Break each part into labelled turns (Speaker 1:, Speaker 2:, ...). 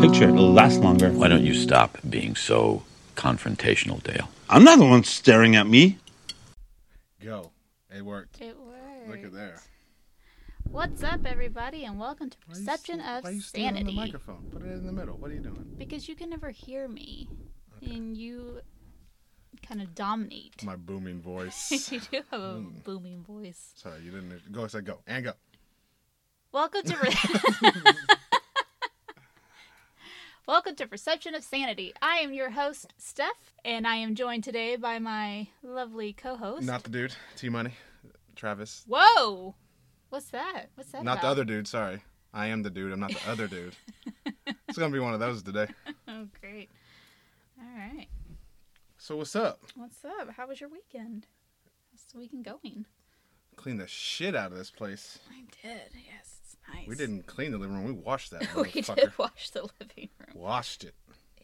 Speaker 1: last longer.
Speaker 2: Why don't you stop being so confrontational, Dale?
Speaker 1: I'm not the one staring at me.
Speaker 3: Go. It worked.
Speaker 4: It worked.
Speaker 3: Look at there.
Speaker 4: What's up, everybody, and welcome to
Speaker 3: Why you
Speaker 4: Perception
Speaker 3: s-
Speaker 4: of
Speaker 3: why you stealing
Speaker 4: Sanity.
Speaker 3: the microphone? Put it in the middle. What are you doing?
Speaker 4: because you can never hear me, and you kind of dominate.
Speaker 3: My Hmm. booming voice.
Speaker 4: you do have a booming voice.
Speaker 3: Sorry, you didn't. Go. I said go. And go.
Speaker 4: Welcome to. Welcome to Perception of Sanity. I am your host, Steph, and I am joined today by my lovely co-host.
Speaker 3: Not the dude. T Money. Travis.
Speaker 4: Whoa, what's that? What's that?
Speaker 3: Not the
Speaker 4: about?
Speaker 3: other dude. Sorry. I am the dude. I'm not the other dude. It's going to be one of those today.
Speaker 4: Oh, great. All right.
Speaker 3: So, what's up?
Speaker 4: What's up? How was your weekend? How's the weekend going?
Speaker 3: Clean the shit out of this place.
Speaker 4: I did. Yes, it's nice.
Speaker 3: We didn't clean the living room. We washed that.
Speaker 4: we
Speaker 3: motherfucker.
Speaker 4: did wash the living room.
Speaker 3: Washed it.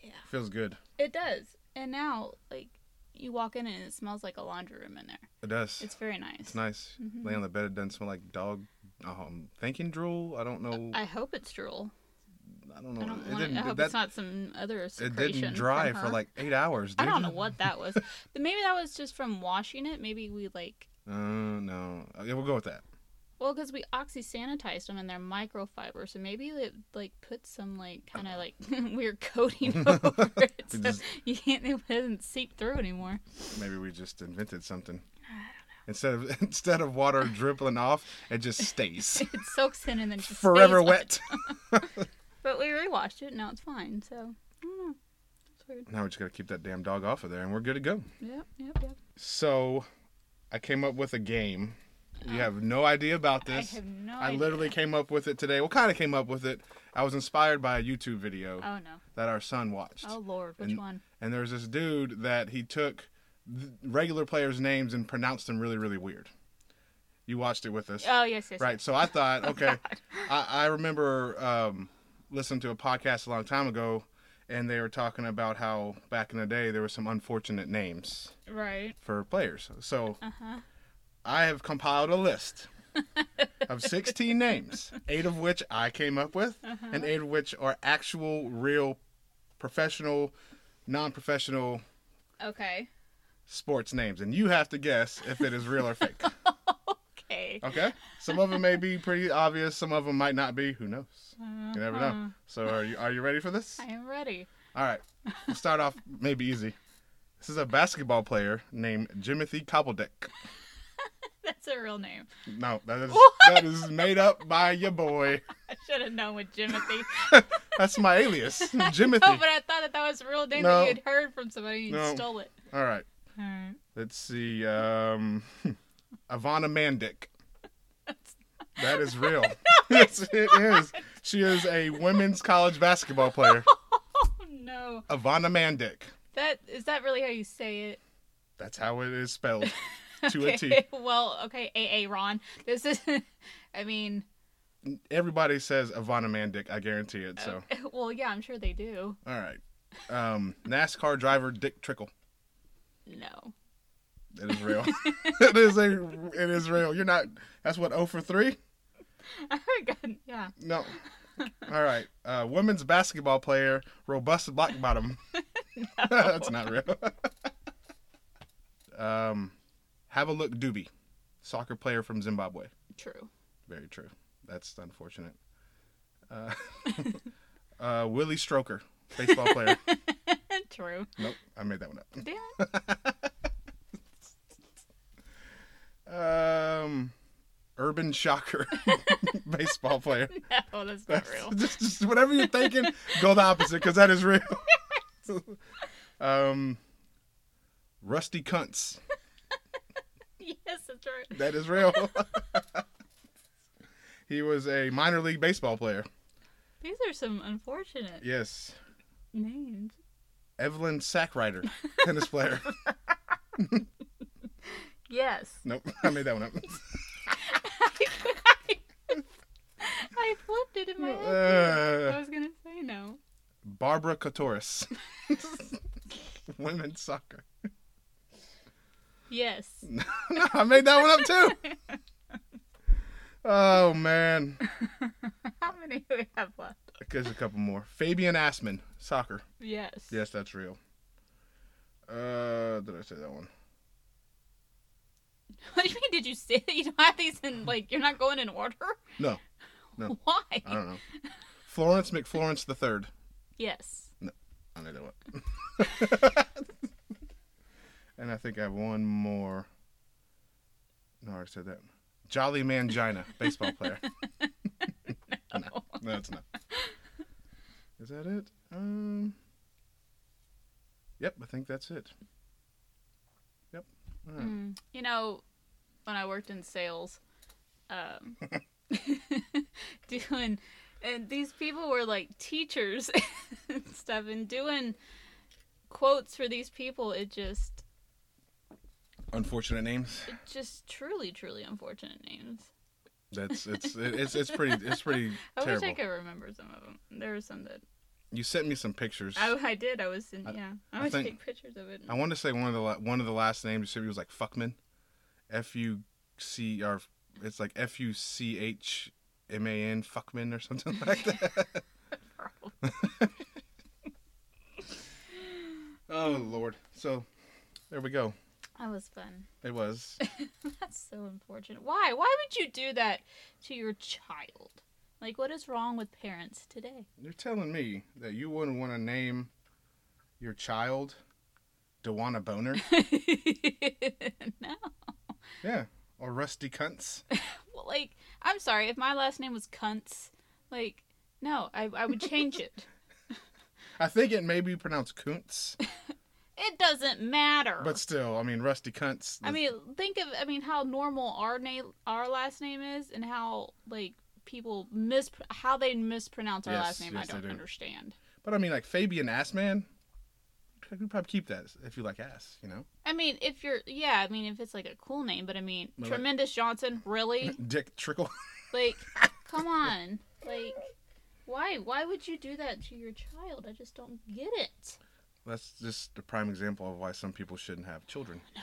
Speaker 4: Yeah.
Speaker 3: Feels good.
Speaker 4: It does. And now, like, you walk in and it smells like a laundry room in there.
Speaker 3: It does.
Speaker 4: It's Mm-hmm. very nice.
Speaker 3: It's nice. Lay on the bed. It doesn't smell like dog. Um, thinking drool. I don't know. I,
Speaker 4: I hope it's
Speaker 3: don't
Speaker 4: drool.
Speaker 3: know.
Speaker 4: I don't
Speaker 3: it
Speaker 4: want.
Speaker 3: didn't.
Speaker 4: I hope
Speaker 3: that,
Speaker 4: it's not some other
Speaker 3: it
Speaker 4: secretion.
Speaker 3: didn't dry
Speaker 4: from
Speaker 3: for
Speaker 4: her.
Speaker 3: like eight hours.
Speaker 4: I
Speaker 3: Dude.
Speaker 4: don't know what that was. But maybe that was just from washing it. Maybe we like.
Speaker 3: Uh, no. Okay, we'll go with that.
Speaker 4: Well, because we oxy sanitized them and they're microfiber, so maybe it like put some like kind of like weird coating over it, so
Speaker 3: just-
Speaker 4: you can't it doesn't seep through anymore.
Speaker 3: Maybe we just invented something. Instead of instead of water dribbling off, it just stays
Speaker 4: It soaks in and then just
Speaker 3: forever
Speaker 4: stays on.
Speaker 3: wet.
Speaker 4: But we rewashed it. Now it's fine. So I don't know. It's weird.
Speaker 3: Now we just gotta keep that damn dog off of there, and we're good to go.
Speaker 4: Yep, yep, yep.
Speaker 3: So, I came up with a game. You have no idea about this.
Speaker 4: Oh. I have no.
Speaker 3: I literally came up with it today. Well, kind of came up with it. I was inspired by a YouTube video
Speaker 4: Oh no.
Speaker 3: that our son watched.
Speaker 4: Oh lord, which
Speaker 3: And-
Speaker 4: one?
Speaker 3: And there was this dude that he took th- regular players' names and pronounced them really, really weird. You watched it with us.
Speaker 4: Oh yes, Oh, yes.
Speaker 3: Right. So I thought, okay, I, I remember um, listening to a podcast a long time ago, and they were talking about how back in the day there were some unfortunate names
Speaker 4: yes. Right.
Speaker 3: for players. So
Speaker 4: Uh-huh.
Speaker 3: I have compiled a list of 16 names, eight of which I came up with,
Speaker 4: Uh-huh.
Speaker 3: and eight of which are actual, real, professional, non professional
Speaker 4: Okay.
Speaker 3: sports names. And you have to guess if it is real or fake.
Speaker 4: Okay.
Speaker 3: Okay? Some of them may be pretty obvious, some of them might not be. Who knows? You never know. So are you, are you ready for this?
Speaker 4: Uh-huh. I am ready.
Speaker 3: All right. We'll start off maybe easy. This is a basketball player named Jimothy Koppeldick.
Speaker 4: That's a real name.
Speaker 3: No, that is that is made up by your boy.
Speaker 4: I should have known with Jimothy.
Speaker 3: That's my alias,
Speaker 4: Oh,
Speaker 3: Jimothy.
Speaker 4: but I thought that that was a real name
Speaker 3: No.
Speaker 4: that you'd heard from somebody and you
Speaker 3: No.
Speaker 4: stole it.
Speaker 3: All right,
Speaker 4: All right.
Speaker 3: let's see. Um, Ivana Mandic. That is real. yes, it is. She is a women's college basketball player,
Speaker 4: Oh no.
Speaker 3: Ivana Mandic.
Speaker 4: That is that really how you say it?
Speaker 3: That's how it is spelled. To a T.
Speaker 4: Okay, well, okay, AA Ron. This is I mean,
Speaker 3: Everybody says Ivana Mandic. I guarantee it. So,
Speaker 4: well, yeah, I'm sure they do.
Speaker 3: all right. Um, NASCAR driver Dick Trickle.
Speaker 4: No.
Speaker 3: It is real. it is a. It is real. You're not. That's what. Oh for three.
Speaker 4: I got Oh, yeah.
Speaker 3: No. All right. Uh, women's basketball player, robust black bottom. That's not real. um, have a look, Doobie, soccer player from Zimbabwe.
Speaker 4: True.
Speaker 3: Very true. That's unfortunate. Uh, uh, Willie Stroker, baseball player.
Speaker 4: True.
Speaker 3: Nope, I made that one up.
Speaker 4: Damn.
Speaker 3: Um, Urban Shocker, baseball player.
Speaker 4: No, that's not real.
Speaker 3: just, just whatever you're thinking, go the opposite because that is real. um, rusty cunts.
Speaker 4: yes, that's true.
Speaker 3: That is real. he was a minor league baseball player.
Speaker 4: These are some unfortunate
Speaker 3: Yes,
Speaker 4: names.
Speaker 3: Evelyn Sackrider, tennis player.
Speaker 4: Yes.
Speaker 3: Nope, I made that one up.
Speaker 4: I flipped it in my head. I
Speaker 3: Uh,
Speaker 4: was gonna say no.
Speaker 3: Barbara Cotoris, women's soccer.
Speaker 4: Yes.
Speaker 3: No, I made that one up too. Oh man,
Speaker 4: How many do we have left?
Speaker 3: There's a couple more. Fabian Assman, soccer.
Speaker 4: Yes.
Speaker 3: Yes, that's real. Uh, did I say that one?
Speaker 4: What do you mean? Did you say that you don't have these in like you're not going in order?
Speaker 3: No, No. Uh,
Speaker 4: Why?
Speaker 3: I don't know. Florence McFlorence the third.
Speaker 4: Yes.
Speaker 3: I know that one. and I think I have one more. No, I already said that. Jolly Mangina, baseball player. no, no, it's not. Is that it? Um. Yep, I think that's it. Yep. All right.
Speaker 4: Mm. You know, when I worked in sales, um, doing and these people were like teachers and stuff, and doing quotes for these people. It just,
Speaker 3: Unfortunate names.
Speaker 4: it just truly, truly unfortunate names.
Speaker 3: That's it's it's it's pretty it's pretty
Speaker 4: I
Speaker 3: terrible.
Speaker 4: wish I could remember some of them. There were some that
Speaker 3: You sent me some pictures.
Speaker 4: I, I did. I was in.
Speaker 3: I-
Speaker 4: yeah, I,
Speaker 3: I
Speaker 4: would
Speaker 3: think-
Speaker 4: take pictures of it.
Speaker 3: I want to say one of the la- one of the last names you said was like Fuckman, F U C or it's like F U C H M A N Fuckman or something like that. oh Lord! So there we go.
Speaker 4: That was fun.
Speaker 3: It was.
Speaker 4: That's so unfortunate. Why? Why would you do that to your child? Like, what is wrong with parents today?
Speaker 3: You're telling me that you wouldn't want to name your child Dewana Boner,
Speaker 4: no.
Speaker 3: yeah, or Rusty Cunts.
Speaker 4: Well, like, I'm sorry. If my last name was Cunts, like, no, I, I would change it.
Speaker 3: I think it may be pronounced Kuntz,
Speaker 4: It doesn't matter.
Speaker 3: but still, I mean Rusty Cunts.
Speaker 4: I mean, think of, I mean, how normal our name, our last name is, and how like people mis, how they mispronounce our
Speaker 3: Yes,
Speaker 4: last name.
Speaker 3: yes,
Speaker 4: I
Speaker 3: they
Speaker 4: don't
Speaker 3: do.
Speaker 4: understand.
Speaker 3: But I mean, like Fabian Assman, you could probably keep that if you like ass, you know.
Speaker 4: I mean, if you're, yeah, I mean, if it's like a cool name, but I mean,
Speaker 3: Well, like-
Speaker 4: Tremendous Johnson, really?
Speaker 3: Dick Trickle.
Speaker 4: Like, come on. Like, why? Why would you do that to your child? I just don't get it.
Speaker 3: That's just the prime example of why some people shouldn't have children.
Speaker 4: Oh,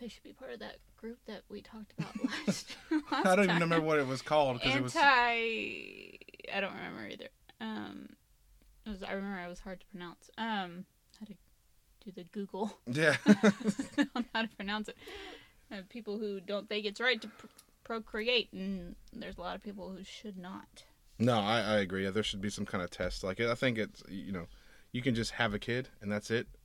Speaker 4: They should be part of that group that we talked about last. last
Speaker 3: I don't even
Speaker 4: time.
Speaker 3: remember what it was called because it was.
Speaker 4: Anti. I don't remember either. Um, it was. I remember it was hard to pronounce. Um, how to do the Google
Speaker 3: Yeah,
Speaker 4: on how to pronounce it. Uh, people who don't think it's right to pr- procreate, and there's a lot of people who should not.
Speaker 3: no, I, I agree. There should be some kind of test. Like I think it's you know, you can just have a kid and that's it.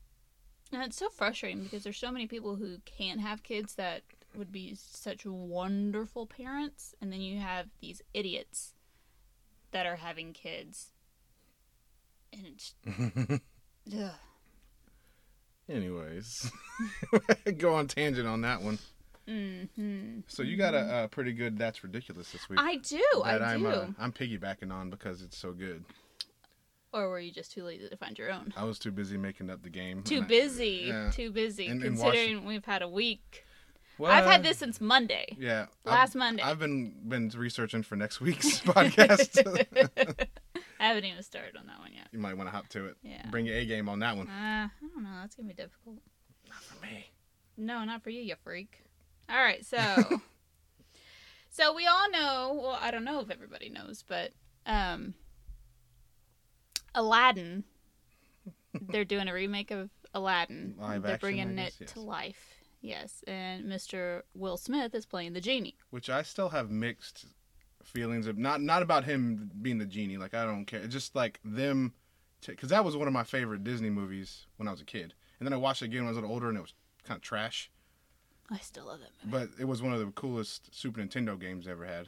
Speaker 4: And it's so frustrating because there's so many people who can't have kids that would be such wonderful parents, and then you have these idiots that are having kids, and it's. Ugh.
Speaker 3: Anyways, go on tangent on that one.
Speaker 4: hmm
Speaker 3: So you got a, a pretty good. That's ridiculous this week.
Speaker 4: I do,
Speaker 3: that
Speaker 4: I
Speaker 3: am
Speaker 4: do.
Speaker 3: uh, I'm piggybacking on because it's so good.
Speaker 4: Or were you just too lazy to find your own?
Speaker 3: I was too busy making up the game.
Speaker 4: Too
Speaker 3: and I-
Speaker 4: busy,
Speaker 3: yeah.
Speaker 4: too busy.
Speaker 3: And- and watch-
Speaker 4: considering we've had a week,
Speaker 3: Well,
Speaker 4: I've had this since Monday.
Speaker 3: Yeah.
Speaker 4: Last
Speaker 3: I've-
Speaker 4: Monday.
Speaker 3: I've been been researching for next week's podcast.
Speaker 4: I haven't even started on that one yet.
Speaker 3: you might want to hop to it.
Speaker 4: Yeah.
Speaker 3: Bring your A game on that one.
Speaker 4: Uh, I don't know. That's gonna be difficult.
Speaker 3: For me.
Speaker 4: No, not for you, you freak. All right, so so we all know. Well, I don't know if everybody knows, but um, Aladdin. They're doing a remake of Aladdin.
Speaker 3: Live
Speaker 4: they're
Speaker 3: action,
Speaker 4: bringing
Speaker 3: I guess,
Speaker 4: it
Speaker 3: yes.
Speaker 4: to life. Yes, and Mr. Will Smith is playing the genie.
Speaker 3: Which I still have mixed feelings of not not about him being the genie. Like I don't care. It's just like them, because that was one of my favorite Disney movies when I was a kid. And then I watched it again when I was a little older, and it was kind of trash.
Speaker 4: I still love that movie.
Speaker 3: But it was one of the coolest Super Nintendo games I ever had.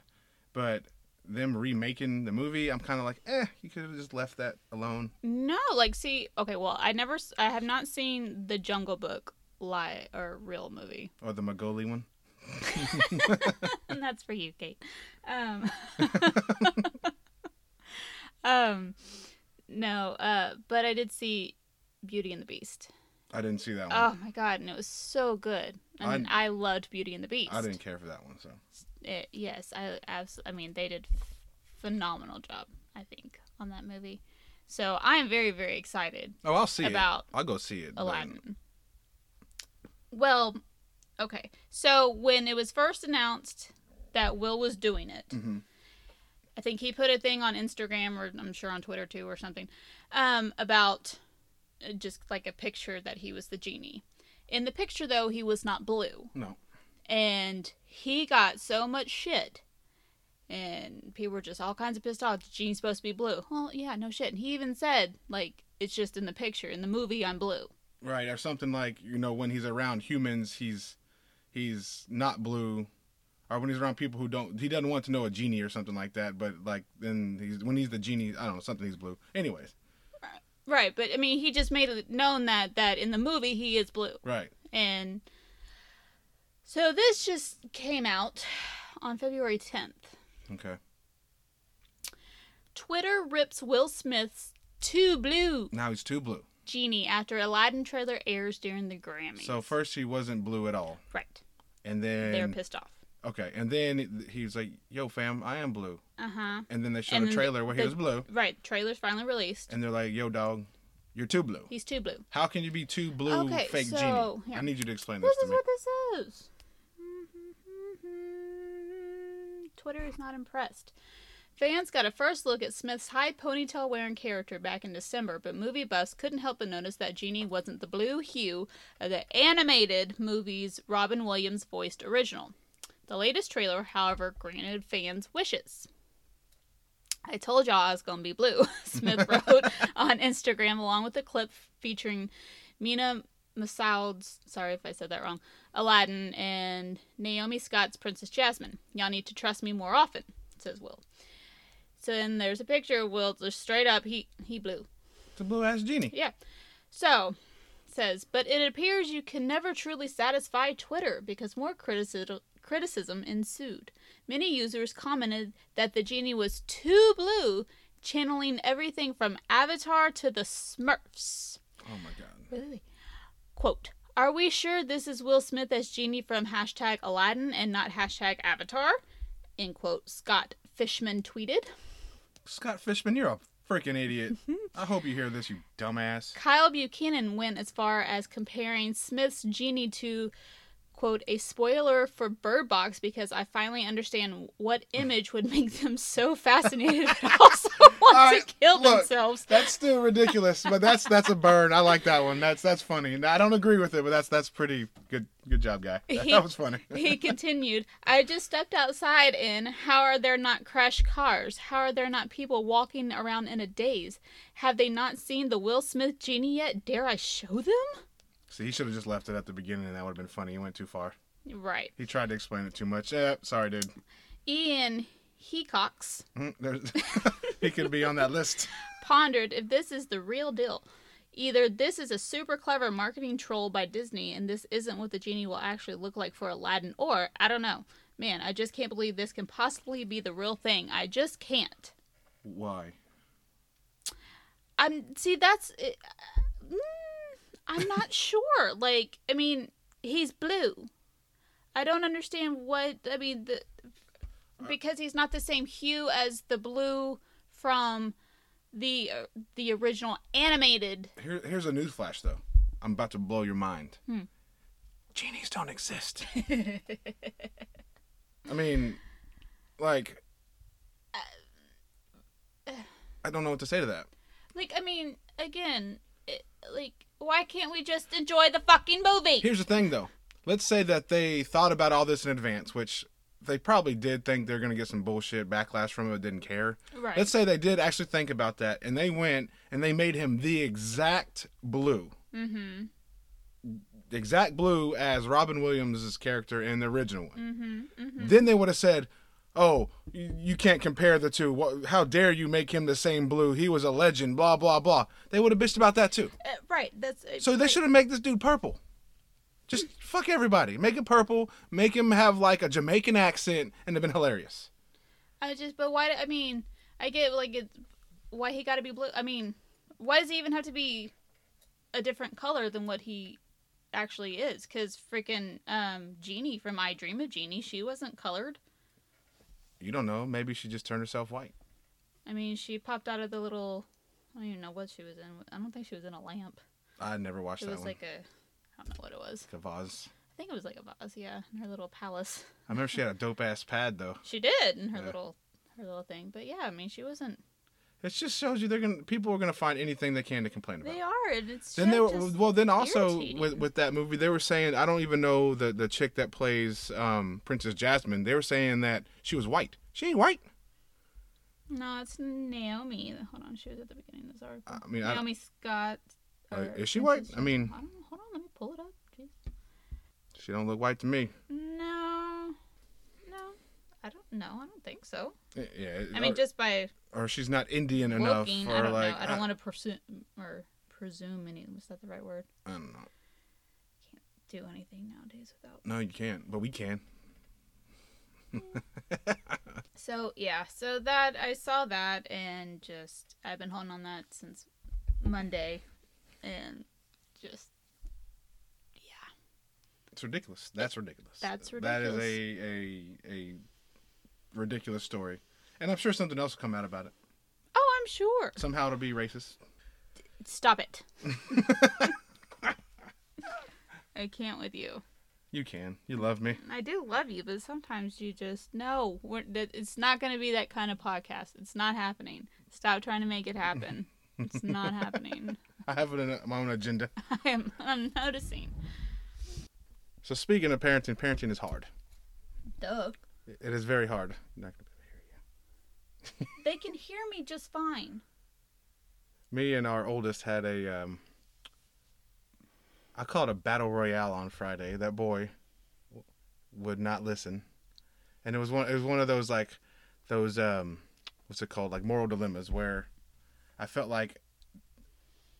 Speaker 3: But them remaking the movie, I'm kind of like, eh, you could have just left that alone.
Speaker 4: No, like see, okay, well, I never, s- I have not seen the Jungle Book lie or real movie,
Speaker 3: Or the Magoli one.
Speaker 4: and that's for you, Kate. Um, um, no, uh, but I did see Beauty and the Beast.
Speaker 3: I didn't see that one.
Speaker 4: Oh my god, and it was so good. I mean, I, loved Beauty and the Beast.
Speaker 3: I didn't care for that one, so
Speaker 4: It- yes, I absolutely. I mean, they did phenomenal job. I think on that movie. So I am very, very excited
Speaker 3: Oh, I'll see
Speaker 4: About
Speaker 3: it. I'll go see it. but-
Speaker 4: Aladdin. Well, okay. So when it was first announced that Will was doing it,
Speaker 3: Mhm.
Speaker 4: I think he put a thing on Instagram or I'm sure on Twitter too or something um, about uh, just like a picture that he was the genie. In the picture though, he was not blue,
Speaker 3: No.
Speaker 4: and he got so much shit. And people were just all kinds of pissed off. The genie's supposed to be blue. Well, yeah, no shit. And he even said, like, it's just in the picture. In the movie, I'm blue.
Speaker 3: Right, or something like, you know, when he's around humans, he's he's not blue. Or when he's around people who don't he doesn't want to know a genie or something like that, but like then he's when he's the genie, I don't know, something he's blue. Anyways,
Speaker 4: Right, but I mean, he just made it known that that in the movie he is blue.
Speaker 3: right.
Speaker 4: And so this just came out on February 10th.
Speaker 3: Okay.
Speaker 4: Twitter rips Will Smith's Too Blue
Speaker 3: Now he's too blue.
Speaker 4: Genie after Aladdin trailer airs during the Grammys.
Speaker 3: So first he wasn't blue at all.
Speaker 4: right.
Speaker 3: And
Speaker 4: They're
Speaker 3: then
Speaker 4: pissed off.
Speaker 3: okay, and then he was like, "Yo fam, I am blue."
Speaker 4: Uh huh.
Speaker 3: And then they showed
Speaker 4: And
Speaker 3: a
Speaker 4: then
Speaker 3: trailer where he
Speaker 4: the-
Speaker 3: was blue,
Speaker 4: Right. Trailer's finally released.
Speaker 3: and they're like, "Yo dog, you're too blue."
Speaker 4: He's too blue.
Speaker 3: How can you be too blue
Speaker 4: Okay,
Speaker 3: fake
Speaker 4: so,
Speaker 3: genie?
Speaker 4: here.
Speaker 3: I need you to explain this,
Speaker 4: This is
Speaker 3: to me.
Speaker 4: what this is. Twitter is not impressed. Fans got a first look at Smith's high ponytail wearing character back in December, but movie buffs couldn't help but notice that Genie wasn't the blue hue of the animated movie's Robin Williams voiced original. The latest trailer, however, granted fans wishes. I told y'all I was going to be blue, Smith wrote on Instagram, along with a clip featuring Mina Masoud's, sorry if I said that wrong, Aladdin, and Naomi Scott's Princess Jasmine. Y'all need to trust me more often, says Will. So then there's a picture of Will just straight up, he, he blew.
Speaker 3: It's a blue ass genie.
Speaker 4: Yeah. So, says, but it appears you can never truly satisfy Twitter because more criticism criticism ensued. Many users commented that the genie was too blue, channeling everything from Avatar to the Smurfs.
Speaker 3: Oh my god.
Speaker 4: Really? Quote, are we sure this is Will Smith as genie from hashtag Aladdin and not hashtag Avatar? End quote. Scott Fishman tweeted.
Speaker 3: Scott Fishman, you're a freaking idiot. I hope you hear this, you dumbass.
Speaker 4: Kyle Buchanan went as far as comparing Smith's genie to quote a spoiler for Bird Box because I finally understand what image would make them so fascinated and also want
Speaker 3: Alright,
Speaker 4: to kill
Speaker 3: look.
Speaker 4: themselves.
Speaker 3: That's still ridiculous, but that's that's a burn. I like that one. That's that's funny. And I don't agree with it, but that's that's pretty good. Good job, guy. That, that was funny.
Speaker 4: He continued, I just stepped outside and how are there not crashed cars? How are there not people walking around in a daze? Have they not seen the Will Smith genie yet? Dare I show them?
Speaker 3: See, he should have just left it at the beginning, and that would have been funny. He went too far.
Speaker 4: Right.
Speaker 3: He tried to explain it too much. Eh, sorry, dude.
Speaker 4: Ian Hecox
Speaker 3: Mm, there's- he could be on that list.
Speaker 4: pondered if this is the real deal. Either this is a super clever marketing troll by Disney and this isn't what the genie will actually look like for Aladdin, or I don't know. Man, I just can't believe this can possibly be the real thing. I just can't.
Speaker 3: Why?
Speaker 4: I'm see that's uh, mm, I'm not sure. Like I mean, he's blue. I don't understand what I mean the because he's not the same hue as the blue from the uh, the original animated
Speaker 3: Here, here's a newsflash, though. I'm about to blow your mind. Genies don't exist. I mean, like, I don't know what to say to that.
Speaker 4: Like, I mean, again, it, like, why can't we just enjoy the fucking movie?
Speaker 3: Here's the thing, though. Let's say that they thought about all this in advance, which they probably did think they're going to get some bullshit backlash from it, but didn't care.
Speaker 4: Right.
Speaker 3: Let's say they did actually think about that, and they went and they made him the exact blue. Mm-hmm. The exact blue as Robin Williams' character in the original one. Mm-hmm, Then they would have said, "Oh, you, you can't compare the two. Wha- How dare you make him the same blue? He was a legend. Blah blah blah." They would have bitched about that too.
Speaker 4: Uh, right. That's uh,
Speaker 3: So they
Speaker 4: right.
Speaker 3: should have made this dude purple. Just fuck everybody. Make him purple. Make him have like a Jamaican accent, and it'd been hilarious.
Speaker 4: I just, but why? do- I mean, I get like it's why he got to be blue. I mean, why does he even have to be a different color than what he actually is? Because freaking um, Jeannie from I Dream of Jeannie, she wasn't colored.
Speaker 3: You don't know. Maybe she just turned herself white.
Speaker 4: I mean, she popped out of the little. I don't even know what she was in. I don't think she was in a lamp.
Speaker 3: I never watched
Speaker 4: It
Speaker 3: that
Speaker 4: was
Speaker 3: one.
Speaker 4: like a. I don't know what it was.
Speaker 3: Like a vase.
Speaker 4: I think it was like a vase, yeah, in her little palace.
Speaker 3: I remember she had a dope ass pad though.
Speaker 4: She did in her
Speaker 3: Yeah.
Speaker 4: little her little thing. But yeah, I mean, she wasn't.
Speaker 3: It just shows you they're gonna people are gonna find anything they can to complain about.
Speaker 4: They are, and it's
Speaker 3: Then they
Speaker 4: so
Speaker 3: were
Speaker 4: just
Speaker 3: well. Then also with,
Speaker 4: irritating.
Speaker 3: with that movie, they were saying I don't even know the the chick that plays um, Princess Jasmine. They were saying that she was white. She ain't white.
Speaker 4: no, it's Naomi. Hold on, she was at the beginning of this article.
Speaker 3: I mean, I don't-
Speaker 4: Naomi Scott.
Speaker 3: Uh,
Speaker 4: or
Speaker 3: is she
Speaker 4: Princess
Speaker 3: white? I
Speaker 4: Jasmine.
Speaker 3: mean-
Speaker 4: I don't know. Hold on, let me pull it up. Jeez.
Speaker 3: she don't look white to me.
Speaker 4: No, no, I don't know. I don't think so.
Speaker 3: Eh, Yeah, it-
Speaker 4: I mean,
Speaker 3: or,
Speaker 4: just by
Speaker 3: or she's not Indian enough,
Speaker 4: looking,
Speaker 3: or
Speaker 4: I don't
Speaker 3: like
Speaker 4: know. I don't
Speaker 3: I-
Speaker 4: want to presume or presume any. Was that the right word?
Speaker 3: I don't know.
Speaker 4: Do anything nowadays without.
Speaker 3: No, you can't, but we can.
Speaker 4: So yeah, so that I saw that and just I've been holding on that since Monday, and just yeah,
Speaker 3: It's ridiculous. That's ridiculous.
Speaker 4: That's
Speaker 3: That is
Speaker 4: ridiculous.
Speaker 3: a a a ridiculous story, and I'm sure something else will come out about it.
Speaker 4: oh I'm sure.
Speaker 3: Somehow it'll be racist.
Speaker 4: Stop it. I can't with you.
Speaker 3: You can. You love me.
Speaker 4: I do love you, but sometimes you just no. We're, that- it's not going to be that kind of podcast. It's not happening. Stop trying to make it happen. It's not happening.
Speaker 3: I have it in my own agenda.
Speaker 4: I am. I'm noticing.
Speaker 3: So speaking of parenting, parenting is hard.
Speaker 4: Duh.
Speaker 3: It is very hard. You're not gonna be able to hear
Speaker 4: They can hear me just fine.
Speaker 3: you. Me and our oldest had a um I call it a battle royale on Friday. That boy w- would not listen. And it was one it was one of those like those um what's it called? Like moral dilemmas where I felt like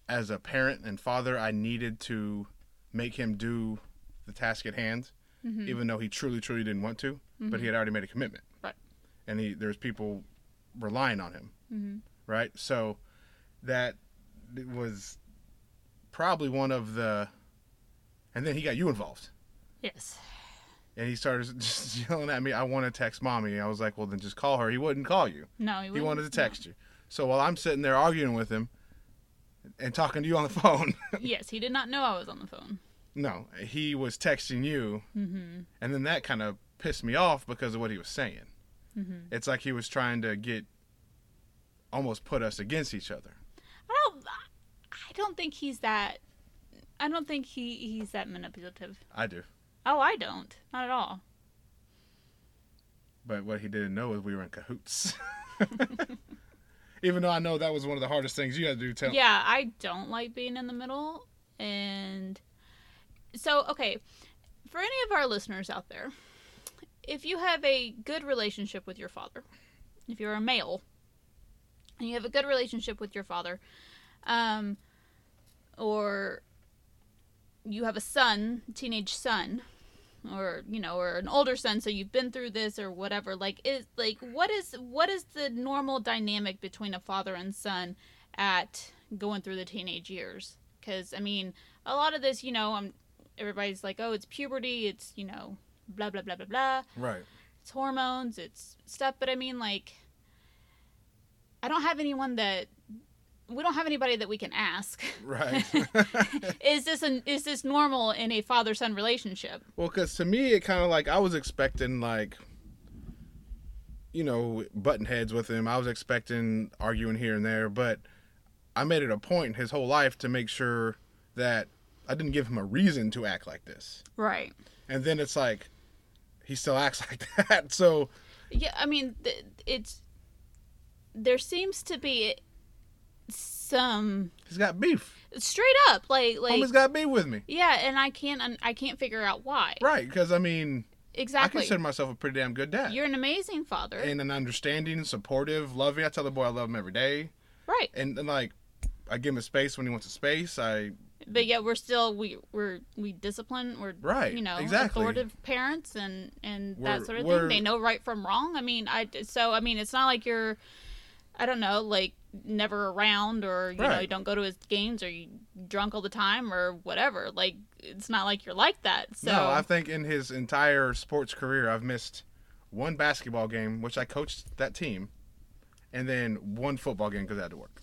Speaker 3: as a parent and father I needed to make him do the task at hand even though he truly truly didn't want to, but he had already made a commitment.
Speaker 4: Right.
Speaker 3: and he there's people relying on him,
Speaker 4: Mhm.
Speaker 3: right? So that was probably one of the, and then he got you involved,
Speaker 4: Yes.
Speaker 3: and he started just yelling at me. I want to text mommy. I was like, well, then just call her. He wouldn't call you.
Speaker 4: No, he,
Speaker 3: He
Speaker 4: wouldn't.
Speaker 3: wanted to text you. So while I'm sitting there arguing with him and talking to you on the phone,
Speaker 4: No. Yes, he did not know I was on the phone.
Speaker 3: no, he was texting you,
Speaker 4: Mm-hmm.
Speaker 3: and then that kind of pissed me off because of what he was saying.
Speaker 4: Mm-hmm.
Speaker 3: It's like he was trying to get almost put us against each other.
Speaker 4: I don't. I don't think he's that. I don't think he he's that manipulative.
Speaker 3: I do.
Speaker 4: Oh, I don't. Not at all.
Speaker 3: But what he didn't know is we were in cahoots. Even though I know that was one of the hardest things you had to do. Tell
Speaker 4: Yeah, I don't like being in the middle. And so, okay, for any of our listeners out there, if you have a good relationship with your father, if you're a male and you have a good relationship with your father, um, or you have a son, teenage son, or you know, or an older son, so you've been through this or whatever. Like, is like what is what is the normal dynamic between a father and son at going through the teenage years? Because I mean, a lot of this, you know, um everybody's like, oh, it's puberty, it's you know, blah blah blah blah blah
Speaker 3: Right.
Speaker 4: it's hormones, it's stuff. But I mean, like, I don't have anyone that we don't have anybody that we can ask.
Speaker 3: Right.
Speaker 4: Is this an is this normal in a father son relationship?
Speaker 3: well, because to me, it kind of like I was expecting like, you know, button heads with him. I was expecting arguing here and there, but I made it a point his whole life to make sure that I didn't give him a reason to act like this.
Speaker 4: Right.
Speaker 3: And then it's like, he still acts like that. So
Speaker 4: Yeah. I mean, th- it's there seems to be some
Speaker 3: he's got beef.
Speaker 4: straight up like like
Speaker 3: Homie's got beef with me.
Speaker 4: yeah, and I can't I can't figure out why
Speaker 3: Right, because I mean, I
Speaker 4: exactly.
Speaker 3: consider myself a pretty damn good dad.
Speaker 4: You're an amazing father.
Speaker 3: and an understanding, supportive, loving. I tell the boy I love him every day,
Speaker 4: right.
Speaker 3: and, and like, I give him space when he wants a space. I
Speaker 4: but yet we're still we we're we discipline we're
Speaker 3: Right,
Speaker 4: you know
Speaker 3: exactly.
Speaker 4: authoritative parents and and
Speaker 3: We're-
Speaker 4: that sort of
Speaker 3: we're-
Speaker 4: thing they know right from wrong i mean i so i mean it's not like you're i don't know like never around or you know
Speaker 3: Right.
Speaker 4: you don't go to his games or you drunk all the time or whatever like it's not like you're like that so
Speaker 3: no, I think in his entire sports career, I've missed one basketball game, which I coached that team, and then one football game because I had to work.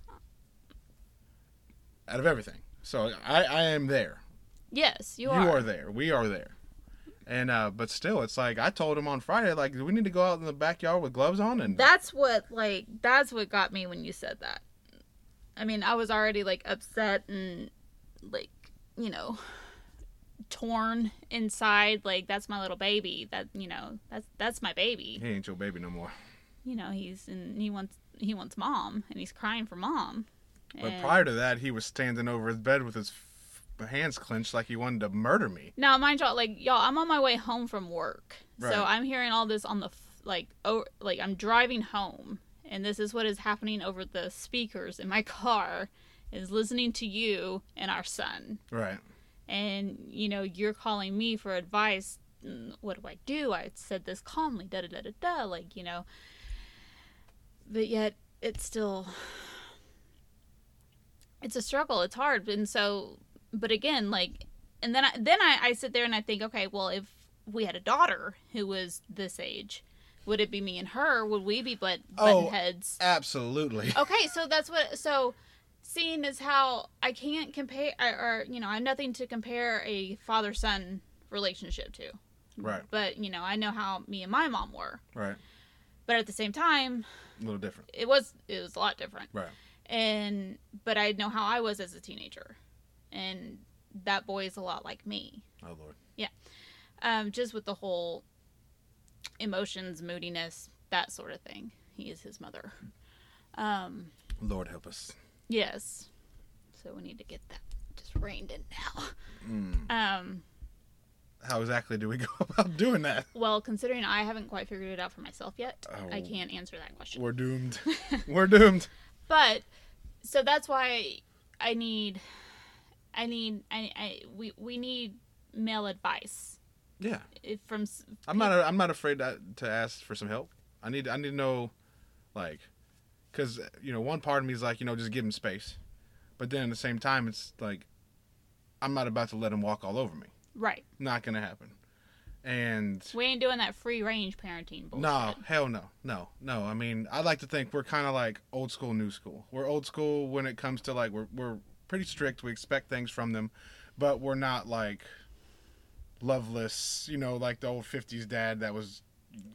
Speaker 3: Out of everything, so I I am there.
Speaker 4: yes you,
Speaker 3: You
Speaker 4: are,
Speaker 3: are there. We are there. And uh, but still, it's like I told him on Friday, like do we need to go out in the backyard with gloves on, and
Speaker 4: That's what like that's what got me when you said that. I mean, I was already like upset and like, you know, torn inside like that's my little baby. That, you know, that's that's my baby.
Speaker 3: he ain't your baby no more.
Speaker 4: You know, he's and he wants he wants mom and he's crying for mom.
Speaker 3: But
Speaker 4: And-
Speaker 3: prior to that, he was standing over his bed with his f- hands clenched, like he wanted to murder me.
Speaker 4: Now, mind y'all, like y'all, I'm on my way home from work,
Speaker 3: Right.
Speaker 4: so I'm hearing all this on the f- like, oh, like I'm driving home, and this is what is happening over the speakers in my car, is listening to you and our son,
Speaker 3: Right.
Speaker 4: and you know you're calling me for advice. Mm, What do I do? I said this calmly, da da da da da, like you know. But yet, it's still, it's a struggle. It's hard, and so, but again, like and then I, then I, I sit there and I think, okay, well, if we had a daughter who was this age, would it be me and her? Would we be butt
Speaker 3: Oh.
Speaker 4: button heads?
Speaker 3: Absolutely.
Speaker 4: Okay, so that's what. So seeing as how I can't compare, or, or you know, I have nothing to compare a father son relationship to.
Speaker 3: Right.
Speaker 4: But you know, I know how me and my mom were.
Speaker 3: Right.
Speaker 4: But at the same time,
Speaker 3: A little different.
Speaker 4: it was it was a lot different
Speaker 3: Right.
Speaker 4: and but I know how I was as a teenager, and that boy is a lot like me.
Speaker 3: Oh lord.
Speaker 4: Um, just with the whole emotions, moodiness, that sort of thing. He is his mother. Um,
Speaker 3: Lord help us.
Speaker 4: yes. So we need to get that just reined in now. Um,
Speaker 3: How exactly do we go about doing that?
Speaker 4: well, considering I haven't quite figured it out for myself yet, I
Speaker 3: Oh.
Speaker 4: can't answer that question.
Speaker 3: We're doomed. We're doomed.
Speaker 4: but so that's why i need i need i, I we, we need male advice
Speaker 3: Yeah.
Speaker 4: if from s-
Speaker 3: I'm not. I'm not afraid to, to ask for some help. I need. I need to know, like, because you know, one part of me is like, you know, just give him space, but then at the same time, it's like, I'm not about to let him walk all over me.
Speaker 4: right
Speaker 3: Not gonna happen. And
Speaker 4: we ain't doing that free range parenting bullshit.
Speaker 3: no, hell no, no, no. I mean, I like to think we're kind of like old school, new school. We're old school when it comes to like we're we're pretty strict. We expect things from them, but we're not like loveless. You know, like the old '50s dad that was,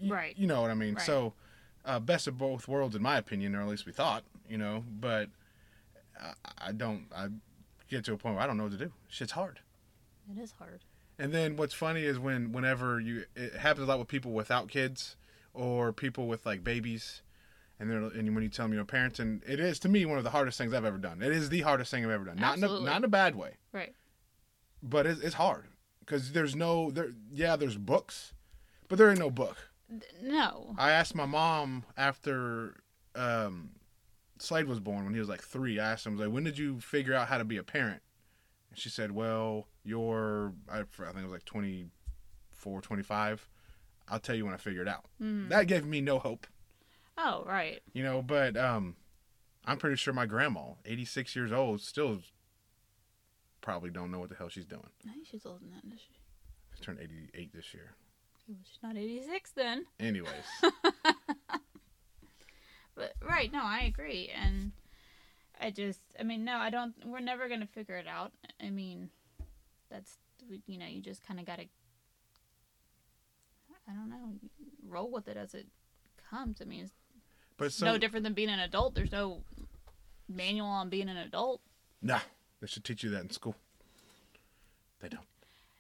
Speaker 3: y-
Speaker 4: Right.
Speaker 3: You know what I mean.
Speaker 4: Right.
Speaker 3: So, uh, best of both worlds, in my opinion, or at least we thought. You know, but I, I don't. I get to a point where I don't know what to do. Shit's hard.
Speaker 4: it is hard
Speaker 3: And then what's funny is when whenever you it happens a lot with people without kids or people with like babies, and they're and when you tell them you know parenting, it is to me one of the hardest things I've ever done. It is the hardest thing I've ever done. Not in a,
Speaker 4: Absolutely.
Speaker 3: not in a bad way,
Speaker 4: right
Speaker 3: but it's, it's hard because there's no there. Yeah, there's books, but there ain't no book.
Speaker 4: no
Speaker 3: I asked my mom after um, Slade was born when he was like three. I asked him, I was like, when did you figure out how to be a parent? And she said, well, you're, I, I think it was like 24, 25. I'll tell you when I figure it out.
Speaker 4: Mm.
Speaker 3: That gave me no hope,
Speaker 4: oh right
Speaker 3: you know, but um, I'm pretty sure my grandma, 86 years old, still probably don't know what the hell she's doing.
Speaker 4: i think she's older than that isn't she?
Speaker 3: She turned 88 this year.
Speaker 4: Okay, well, she's not 86 then
Speaker 3: Anyways,
Speaker 4: but right no i agree and i just i mean no i don't we're never gonna figure it out i mean that's you know you just kind of gotta i don't know roll with it as it comes i mean it's
Speaker 3: but so,
Speaker 4: no different than being an adult there's no manual on being an adult
Speaker 3: nah, they should teach you that in school. They don't.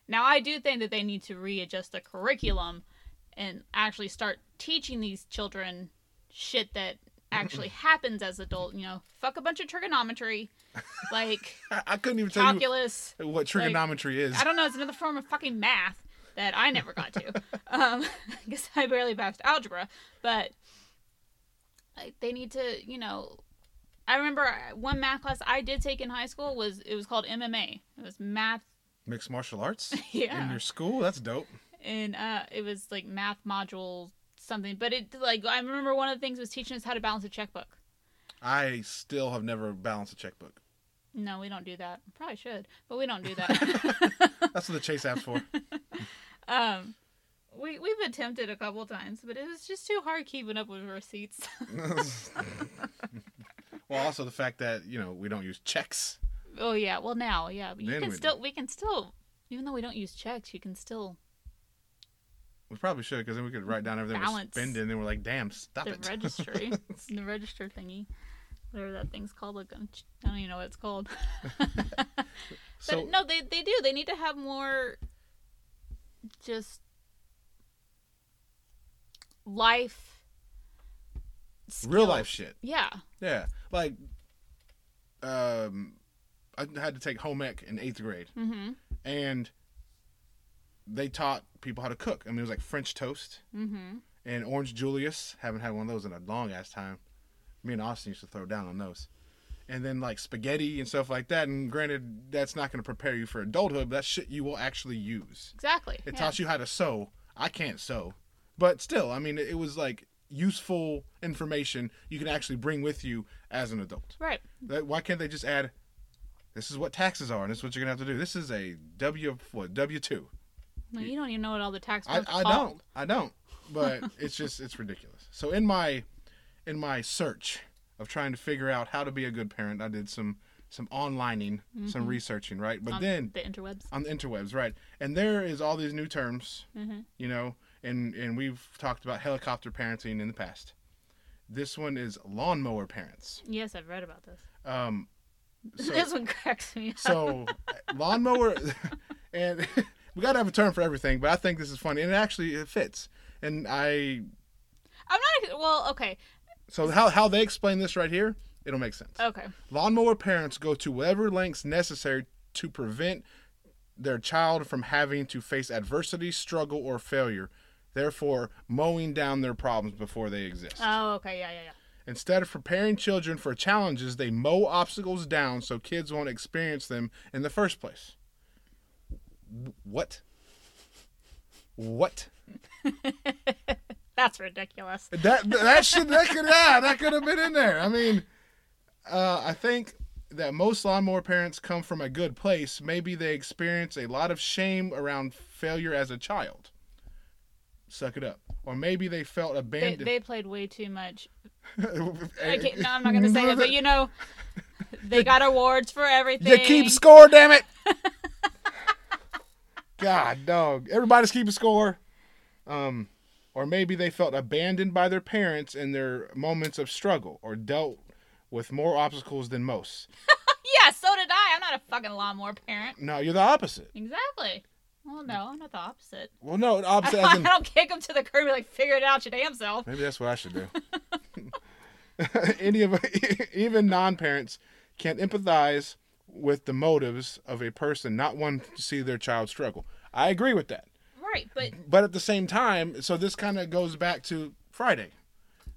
Speaker 4: now i do think that they need to readjust the curriculum and actually start teaching these children shit that actually happens as adult you know fuck a bunch of trigonometry like
Speaker 3: I, I couldn't even tell you.
Speaker 4: calculus.
Speaker 3: what trigonometry is.
Speaker 4: I don't know. It's another form of fucking math that I never got to. um, I guess I barely passed algebra, but like, they need to, you know. I remember I- one math class I did take in high school was it was called MMA. It was math,
Speaker 3: Mixed martial arts in
Speaker 4: yeah,
Speaker 3: your school? That's dope.
Speaker 4: and uh, it was like math module something. But it like I remember one of the things was teaching us how to balance a checkbook.
Speaker 3: I still have never balanced a checkbook.
Speaker 4: No, we don't do that. Probably should, but we don't do that.
Speaker 3: That's what the Chase app's for.
Speaker 4: Um, we we've attempted a couple times, but it was just too hard keeping up with receipts.
Speaker 3: well, also the fact that you know we don't use checks.
Speaker 4: oh yeah, well now yeah, but you
Speaker 3: Then
Speaker 4: can
Speaker 3: we
Speaker 4: still we can still even though we don't use checks, you can still
Speaker 3: We probably should because then we could write down everything
Speaker 4: Balance.
Speaker 3: we're spending. And then we're like, damn, stop
Speaker 4: The
Speaker 3: it.
Speaker 4: registry, the register thingy, whatever that thing's called. Like, I'm- I don't even know what it's called. But
Speaker 3: so
Speaker 4: no, they they do. They need to have more just life
Speaker 3: real life shit.
Speaker 4: Yeah.
Speaker 3: Yeah, like, um, I had to take home ec in eighth grade,
Speaker 4: Mhm.
Speaker 3: and they taught people how to cook. I mean, it was like French toast
Speaker 4: Mhm.
Speaker 3: and orange Julius. Haven't had one of those in a long ass time. Me and Austin used to throw down on those, and then like spaghetti and stuff like that. And granted, that's not going to prepare you for adulthood. But that's shit you will actually use.
Speaker 4: Exactly.
Speaker 3: It
Speaker 4: yeah.
Speaker 3: taught you how to sew. I can't sew, but still, I mean, it was like useful information you can actually bring with you as an adult.
Speaker 4: Right.
Speaker 3: That- Why can't they just add? This is what taxes are, and this is what you're gonna have to do. This is a W of what W two.
Speaker 4: Well, you don't even know what all the tax
Speaker 3: I,
Speaker 4: codes
Speaker 3: I
Speaker 4: called.
Speaker 3: don't, I don't. But it's just it's ridiculous. So in my in my search of trying to figure out how to be a good parent, I did some some onlining, some researching, right? But
Speaker 4: on
Speaker 3: then
Speaker 4: the interwebs.
Speaker 3: on the interwebs, right? And there is all these new terms, you know, and and we've talked about helicopter parenting in the past. This one is lawnmower parents.
Speaker 4: Yes, I've read about this.
Speaker 3: Um, so-
Speaker 4: this one cracks me up.
Speaker 3: So, uh, lawnmower, and we gotta have a term for everything, but I think this is funny, and it actually it fits. And I,
Speaker 4: I'm not. Well, okay,
Speaker 3: so how how they explain this right here, it'll make sense.
Speaker 4: okay.
Speaker 3: Lawnmower parents go to whatever lengths necessary to prevent their child from having to face adversity, struggle, or failure. Therefore, mowing down their problems before they exist.
Speaker 4: Oh, okay. Yeah, yeah, yeah.
Speaker 3: Instead of preparing children for challenges, they mow obstacles down so kids won't experience them in the first place. W- What? What?
Speaker 4: That's ridiculous.
Speaker 3: That that should that could yeah, that could have been in there. I mean, uh, I think that most lawnmower parents come from a good place. Maybe they experience a lot of shame around failure as a child. Suck it up. Or maybe they felt
Speaker 4: They,
Speaker 3: abandoned.
Speaker 4: they played way too much. I can't, no, I'm not gonna say that, but you know, they got awards for everything.
Speaker 3: You keep score, damn it! God, dog. Everybody's keeping score. Um, or maybe they felt abandoned by their parents in their moments of struggle, or dealt with more obstacles than most.
Speaker 4: yeah, so did I. I'm not a fucking lawnmower parent.
Speaker 3: No, you're the opposite.
Speaker 4: Exactly. Well, no, I'm not the opposite.
Speaker 3: Well, no, the opposite.
Speaker 4: I
Speaker 3: As in,
Speaker 4: don't kick them to the curb and be like figure it out your damn self.
Speaker 3: maybe that's what I should do. Any of even non-parents can empathize with the motives of a person not wanting to see their child struggle. I agree with that.
Speaker 4: Right, but
Speaker 3: but at the same time, so this kind of goes back to Friday.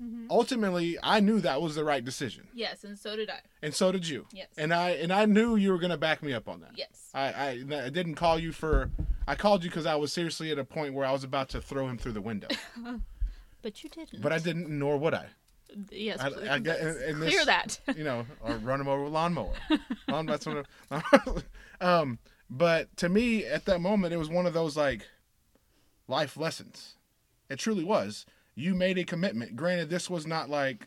Speaker 4: Mm-hmm.
Speaker 3: Ultimately, I knew that was the right decision,
Speaker 4: yes, and so did I.
Speaker 3: and so did you.
Speaker 4: Yes.
Speaker 3: And I and I knew you were gonna back me up on that.
Speaker 4: Yes.
Speaker 3: I I, I didn't call you for. I called you because I was seriously at a point where I was about to throw him through the window,
Speaker 4: But you didn't.
Speaker 3: but I didn't, nor would I.
Speaker 4: Yes,
Speaker 3: I-
Speaker 4: please,
Speaker 3: I get-
Speaker 4: let's
Speaker 3: and- and
Speaker 4: clear
Speaker 3: this-
Speaker 4: that.
Speaker 3: you know, or run him over with a lawnmower. Lawn, that's what um, but to me, at that moment, it was one of those like life lessons. It truly was. You made a commitment. Granted, this was not like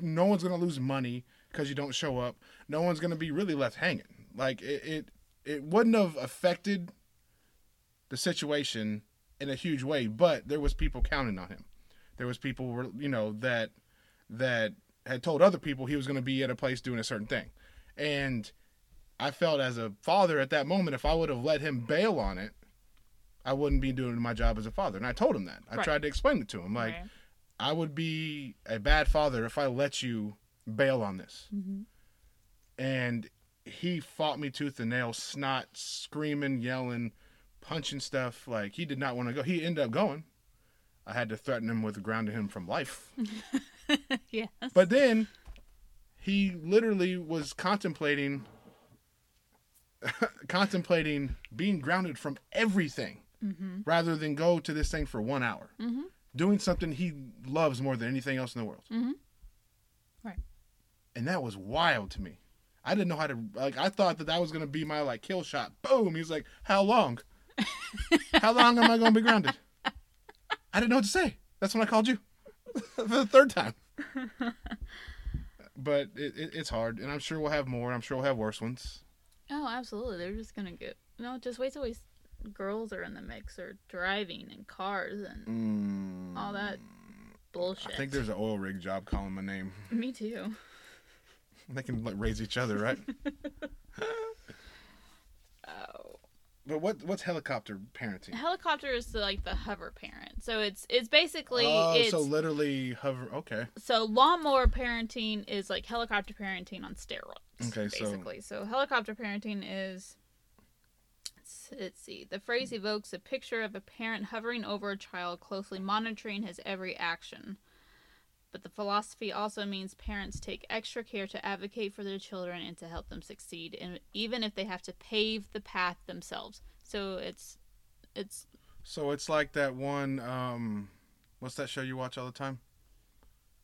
Speaker 3: no one's gonna lose money because you don't show up. No one's gonna be really left hanging. Like it, it, it wouldn't have affected the situation in a huge way, but there was people counting on him. There was people were you know that that had told other people he was going to be at a place doing a certain thing. And I felt as a father at that moment, if I would have let him bail on it, I wouldn't be doing my job as a father. And I told him that. I
Speaker 4: Right.
Speaker 3: tried to explain it to him. Like,
Speaker 4: Right.
Speaker 3: I would be a bad father if I let you bail on this. And he fought me tooth and nail, snot, screaming, yelling, punching stuff. Like, he did not want to go. He ended up going. I had to threaten him with grounding him from life.
Speaker 4: Yes.
Speaker 3: But then he literally was contemplating contemplating being grounded from everything rather than go to this thing for one hour. Doing something he loves more than anything else in the world.
Speaker 4: Right.
Speaker 3: And that was wild to me. I didn't know how to like. I thought that that was gonna be my like kill shot. Boom. He's like, "How long? how long am I gonna be grounded?" I didn't know what to say. That's when I called you for the third time. but it, it, it's hard, and I'm sure we'll have more. I'm sure we'll have worse ones.
Speaker 4: Oh, absolutely. They're just gonna get no. Just wait till we s- girls are in the mix or driving and cars and
Speaker 3: Hmm.
Speaker 4: all that bullshit.
Speaker 3: Mm, I think there's an oil rig job calling my name.
Speaker 4: Me too.
Speaker 3: They can like raise each other, right?
Speaker 4: Oh.
Speaker 3: but what what's helicopter parenting?
Speaker 4: Helicopter is the, like the hover parent. So it's it's basically
Speaker 3: oh,
Speaker 4: it's
Speaker 3: so literally hover. Okay,
Speaker 4: so lawnmower parenting is like helicopter parenting on steroids.
Speaker 3: Okay, so-
Speaker 4: basically. So, helicopter parenting is let's- let's see. The phrase evokes a picture of a parent hovering over a child, closely monitoring his every action. But the philosophy also means parents take extra care to advocate for their children and to help them succeed, and even if they have to pave the path themselves. So it's it's
Speaker 3: so it's like that one. Um, what's that show you watch all the time?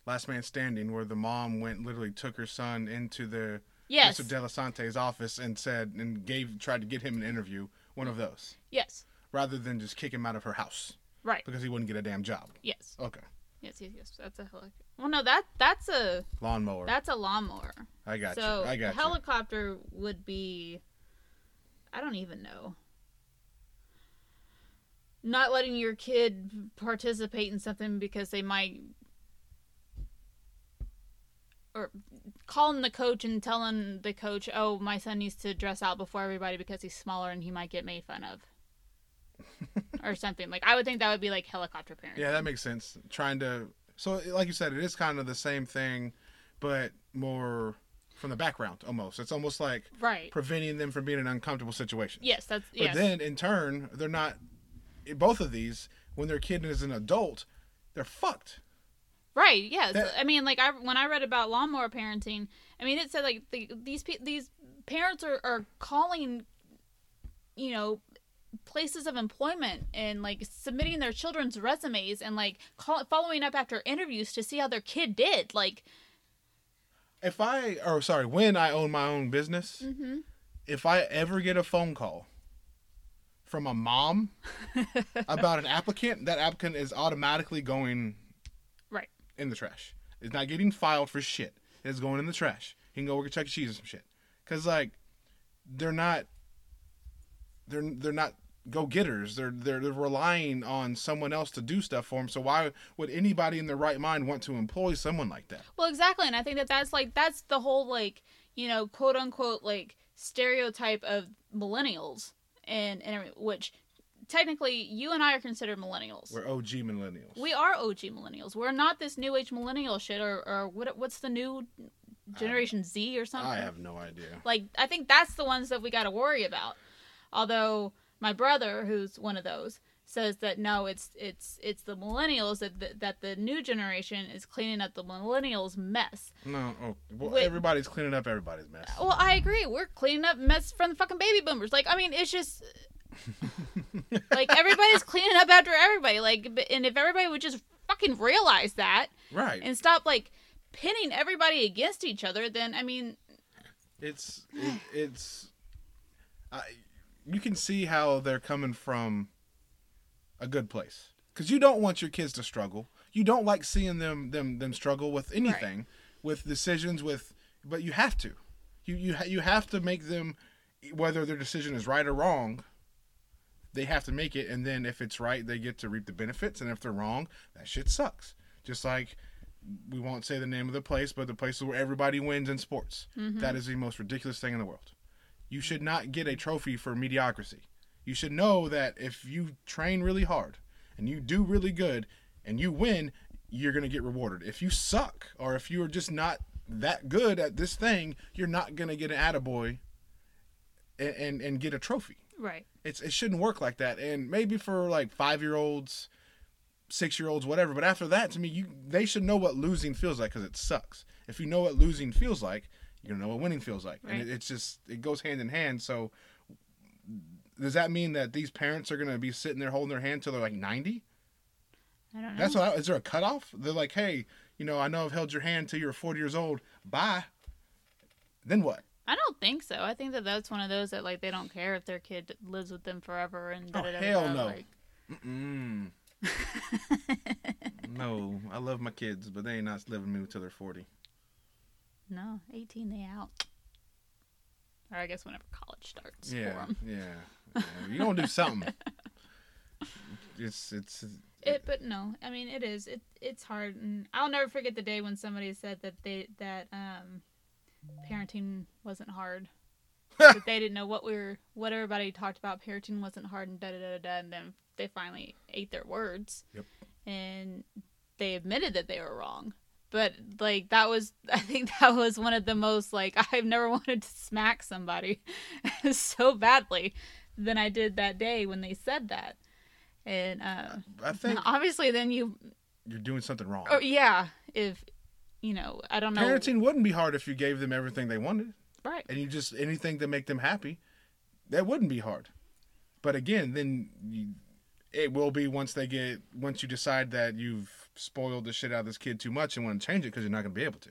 Speaker 3: Last Man Standing, where the mom went literally took her son into the
Speaker 4: yes,
Speaker 3: Mr. Delasante's office and said and gave tried to get him an interview. One of those,
Speaker 4: yes,
Speaker 3: rather than just kick him out of her house
Speaker 4: right,
Speaker 3: because he wouldn't get a damn job.
Speaker 4: yes,
Speaker 3: Okay,
Speaker 4: yes, yes, yes. That's a helicopter. Well, no, that that's a
Speaker 3: lawnmower.
Speaker 4: that's a lawnmower.
Speaker 3: I got
Speaker 4: so
Speaker 3: you. I got you.
Speaker 4: helicopter would be, I don't even know. Not letting your kid participate in something because they might, or calling the coach and telling the coach, "Oh, my son needs to dress out before everybody because he's smaller and he might get made fun of." or something like I would think that would be like helicopter parenting.
Speaker 3: Yeah, that makes sense. Trying to so like you said, it is kind of the same thing, but more from the background almost. It's almost like
Speaker 4: Right.
Speaker 3: preventing them from being in uncomfortable situations.
Speaker 4: Yes, that's
Speaker 3: But
Speaker 4: yes.
Speaker 3: then in turn, they're not. Both of these, when their kid is an adult, they're fucked.
Speaker 4: Right. Yes.
Speaker 3: That-
Speaker 4: I mean, like I when I read about lawnmower parenting, I mean it said like the, these pe- these parents are are calling, you know, places of employment and like submitting their children's resumes and like call, following up after interviews to see how their kid did. Like
Speaker 3: If I, or sorry, when I own my own business,
Speaker 4: Mm-hmm.
Speaker 3: if I ever get a phone call from a mom about an applicant, that applicant is automatically going
Speaker 4: right.
Speaker 3: in the trash. It's not getting filed for shit. It's going in the trash. He can go work at Chuck E. Cheese or some shit. Cause like, they're not, they're they're not go getters. They're, they're they're relying on someone else to do stuff for them. So why would anybody in their right mind want to employ someone like that?
Speaker 4: Well, exactly, and I think that that's like that's the whole like you know quote unquote like stereotype of millennials and and every- which technically you and I are considered millennials.
Speaker 3: We're OG millennials.
Speaker 4: We are OG millennials. We're not this new age millennial shit or, or what what's the new generation Z or something.
Speaker 3: I have no idea.
Speaker 4: Like I think that's the ones that we got to worry about. Although my brother, who's one of those, says that no, it's it's it's the millennials that the, that the new generation is cleaning up the millennials mess.
Speaker 3: No. Oh, well,
Speaker 4: Wait.
Speaker 3: everybody's cleaning up everybody's mess.
Speaker 4: Well, I agree. We're cleaning up mess from the fucking baby boomers. Like, I mean, it's just like everybody's cleaning up after everybody. Like, b- and if everybody would just fucking realize that
Speaker 3: Right.
Speaker 4: and stop like pinning everybody against each other, then I mean,
Speaker 3: it's it, it's I, you can see how they're coming from a good place because you don't want your kids to struggle you don't like seeing them them them struggle with anything with decisions with but you have to you you, ha- you have to make them whether their decision is right or wrong they have to make it and then if it's right they get to reap the benefits and if they're wrong that shit sucks just like we won't say the name of the place but the places where everybody wins in sports That is the most ridiculous thing in the world you should not get a trophy for mediocrity you should know that if you train really hard and you do really good and you win you're going to get rewarded if you suck or if you're just not that good at this thing you're not going to get an attaboy and, and, and get a trophy
Speaker 4: right,
Speaker 3: it's it shouldn't work like that. And maybe for like five year olds, six year olds, whatever. But after that, to me, you they should know what losing feels like because it sucks. If you know what losing feels like, you gonna know what winning feels like,
Speaker 4: Right.
Speaker 3: and it, it's just it goes hand in hand. So does that mean that these parents are gonna be sitting there holding their hand till they're like ninety?
Speaker 4: I don't know.
Speaker 3: That's what I, is there a cutoff? They're like, hey, you know, I know I've held your hand till you're forty years old. Bye. Then what?
Speaker 4: I don't think so. I think that that's one of those that like they don't care if their kid lives with them forever and
Speaker 3: Oh,
Speaker 4: da-da-da-da-da,
Speaker 3: hell no.
Speaker 4: Like,
Speaker 3: Mm. no, I love my kids, but they ain't not living me till they're forty.
Speaker 4: no, eighteen they out. Or I guess whenever college starts for
Speaker 3: Yeah,
Speaker 4: 'em.
Speaker 3: yeah. You gonna do something. It's it's
Speaker 4: It, but no, I mean it is. It it's hard, and I'll never forget the day when somebody said that they that um, parenting wasn't hard. that they didn't know what we were, what everybody talked about. Parenting wasn't hard, and da da da da. da, And then they finally ate their words,
Speaker 3: Yep.
Speaker 4: and they admitted that they were wrong. But like that was, I think that was one of the most like I've never wanted to smack somebody so badly than I did that day when they said that. And uh,
Speaker 3: I think
Speaker 4: obviously then you
Speaker 3: you're doing something wrong.
Speaker 4: oh yeah if you know i don't know
Speaker 3: Parenting wouldn't be hard if you gave them everything they wanted
Speaker 4: right
Speaker 3: and you just anything to make them happy. That wouldn't be hard. But again, then you, it will be once they get once you decide that you've spoiled the shit out of this kid too much and want to change it because you're not going to be able to.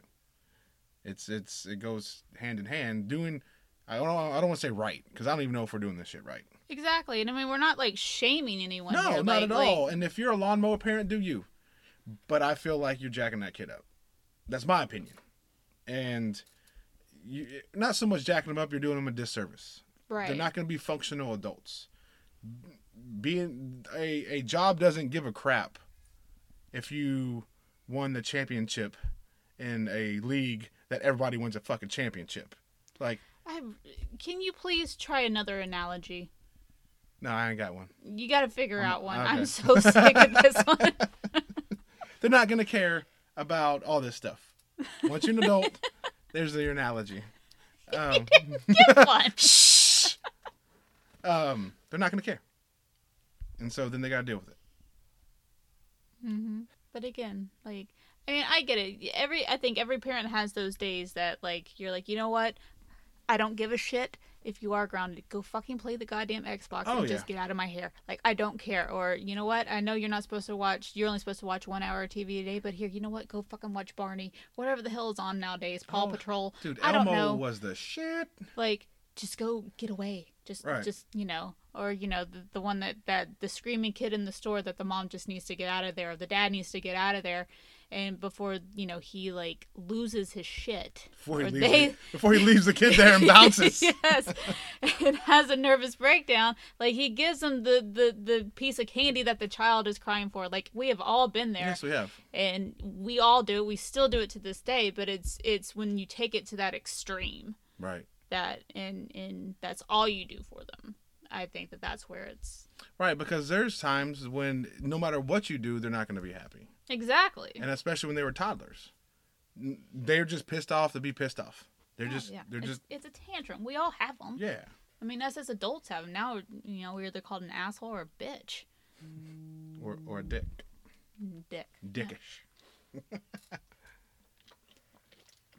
Speaker 3: It's it's it goes hand in hand doing I don't I don't want to say right because I don't even know if we're doing this shit right.
Speaker 4: exactly and i mean we're not like shaming anyone
Speaker 3: No,
Speaker 4: here.
Speaker 3: not
Speaker 4: like,
Speaker 3: at
Speaker 4: like-
Speaker 3: all. And if you're a lawnmower parent, do you? But I feel like you're jacking that kid up. That's my opinion. And you not so much jacking them up, you're doing them a disservice.
Speaker 4: right
Speaker 3: They're not going to be functional adults. Being a a job doesn't give a crap if you won the championship in a league that everybody wins a fucking championship. Like,
Speaker 4: I, can you please try another analogy
Speaker 3: no, I ain't got one.
Speaker 4: you got to figure out one i'm
Speaker 3: Um, okay.
Speaker 4: so sick of this one
Speaker 3: They're not going to care about all this stuff. Once you're an adult, there's your analogy. Um,
Speaker 4: Give one.
Speaker 3: um, they're not going to care. And so then they got to deal with it.
Speaker 4: Mm-hmm. but again like i mean i get it every i think every parent has those days that like you're like you know what i don't give a shit if you are grounded go fucking play the goddamn xbox
Speaker 3: Oh,
Speaker 4: and just
Speaker 3: yeah.
Speaker 4: get out of my hair like i don't care or you know what i know you're not supposed to watch you're only supposed to watch one hour of tv a day but here you know what go fucking watch barney whatever the hell is on nowadays paw
Speaker 3: Oh,
Speaker 4: patrol
Speaker 3: Dude,
Speaker 4: i don't
Speaker 3: Elmo
Speaker 4: know
Speaker 3: was the shit.
Speaker 4: like just go get away just
Speaker 3: Right.
Speaker 4: just you know or you know the, the one that that the screaming kid in the store that the mom just needs to get out of there or the dad needs to get out of there and before you know he like loses his shit
Speaker 3: Before
Speaker 4: or
Speaker 3: he, leaves the, before he leaves the kid there and bounces.
Speaker 4: yes and has a nervous breakdown like he gives them the the the piece of candy that the child is crying for like we have all been there
Speaker 3: Yes, we have.
Speaker 4: and we all do it we still do it to this day but it's it's when you take it to that extreme
Speaker 3: Right.
Speaker 4: that and and that's all you do for them i think that that's where it's
Speaker 3: Right, because there's times when no matter what you do, they're not going to be happy.
Speaker 4: exactly
Speaker 3: And especially when they were toddlers. N- They're just pissed off to be pissed off. They're just they're
Speaker 4: it's,
Speaker 3: just
Speaker 4: it's a tantrum we all have them
Speaker 3: yeah.
Speaker 4: i mean us as adults have them now you know we're either called an asshole or a bitch
Speaker 3: Or or a dick.
Speaker 4: dick
Speaker 3: Dickish.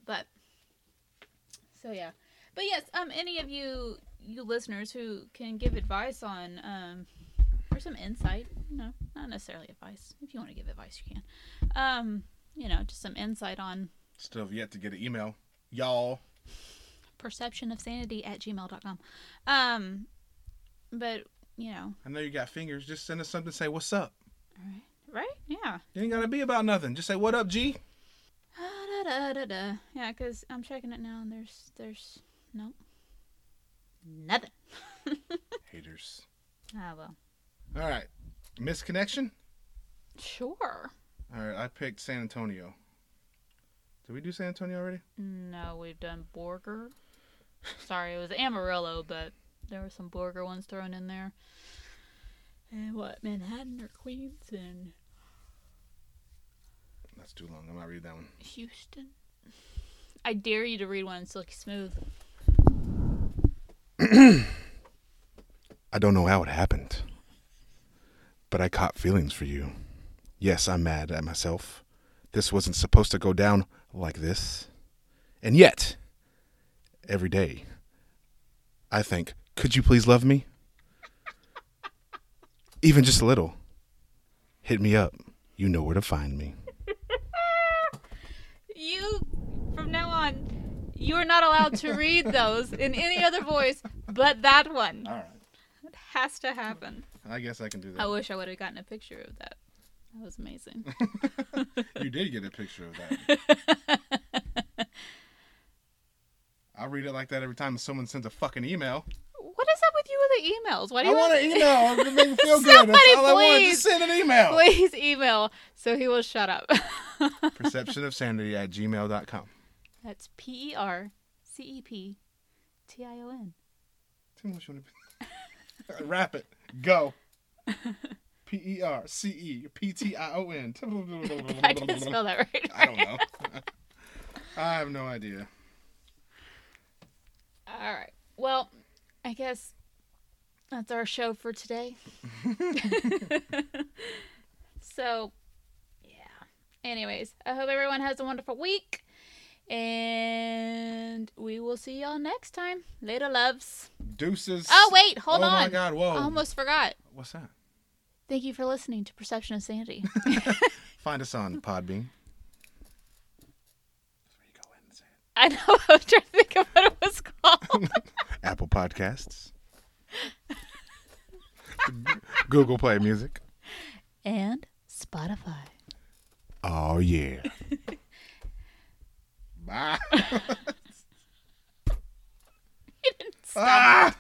Speaker 4: but so yeah but yes um any of you you listeners who can give advice on um or some insight you know not necessarily advice if you want to give advice you can um you know just some insight on
Speaker 3: Still have yet to get an email. Y'all.
Speaker 4: perception of sanity at gmail.com um but you know
Speaker 3: I know you got fingers. Just send us something. Say what's up.
Speaker 4: right yeah
Speaker 3: You ain't gotta be about nothing. Just say what up, G.
Speaker 4: Ah, da, da, da, da. yeah because i'm checking it now and there's there's nope nothing
Speaker 3: Haters.
Speaker 4: ah well
Speaker 3: All right. Misconnection.
Speaker 4: sure
Speaker 3: All right. I picked San Antonio. Did we do San Antonio already?
Speaker 4: no we've done borger sorry it was amarillo but there were some borger ones thrown in there and what manhattan or queens and
Speaker 3: That's too long. I'm not reading that one.
Speaker 4: houston i dare you to read one in silky smooth
Speaker 3: I don't know how it happened, but I caught feelings for you. Yes, I'm mad at myself. This wasn't supposed to go down like this. And yet, every day, I think, could you please love me? Even just a little. Hit me up. You know where to find me.
Speaker 4: You, from now on, you are not allowed to read those in any other voice but that one.
Speaker 3: All right.
Speaker 4: It has to happen.
Speaker 3: I guess I can do
Speaker 4: I
Speaker 3: that.
Speaker 4: wish I would have gotten a picture of that. That was amazing.
Speaker 3: You did get a picture of that. I read it like that every time someone sends a fucking email.
Speaker 4: what is up with you the emails? Why do
Speaker 3: I
Speaker 4: you
Speaker 3: want an email to make me feel good. That's
Speaker 4: Somebody
Speaker 3: all I want.
Speaker 4: please.
Speaker 3: Just send an email.
Speaker 4: Please email so he will shut up.
Speaker 3: Perception of sanity at gmail.com.
Speaker 4: That's P E R C E P T I O N.
Speaker 3: Tell me what you want to be. Wrap it. Go. P E R C E P T I O N.
Speaker 4: I didn't spell that right.
Speaker 3: I don't know. I have no idea.
Speaker 4: All right. Well, I guess that's our show for today. so, yeah. Anyways, I hope everyone has a wonderful week. And we will see y'all next time. Later, loves.
Speaker 3: Deuces.
Speaker 4: Oh, wait. Hold
Speaker 3: Oh
Speaker 4: on.
Speaker 3: my God. Whoa.
Speaker 4: I almost forgot.
Speaker 3: What's that?
Speaker 4: Thank you for listening to Perception of Sanity.
Speaker 3: Find us on Podbean. That's where you go in and say it.
Speaker 4: I know. I was trying to think of what it was called.
Speaker 3: Apple Podcasts. Google Play Music.
Speaker 4: and Spotify.
Speaker 3: Oh, yeah. Ah! Bye.
Speaker 4: You didn't
Speaker 3: Ah!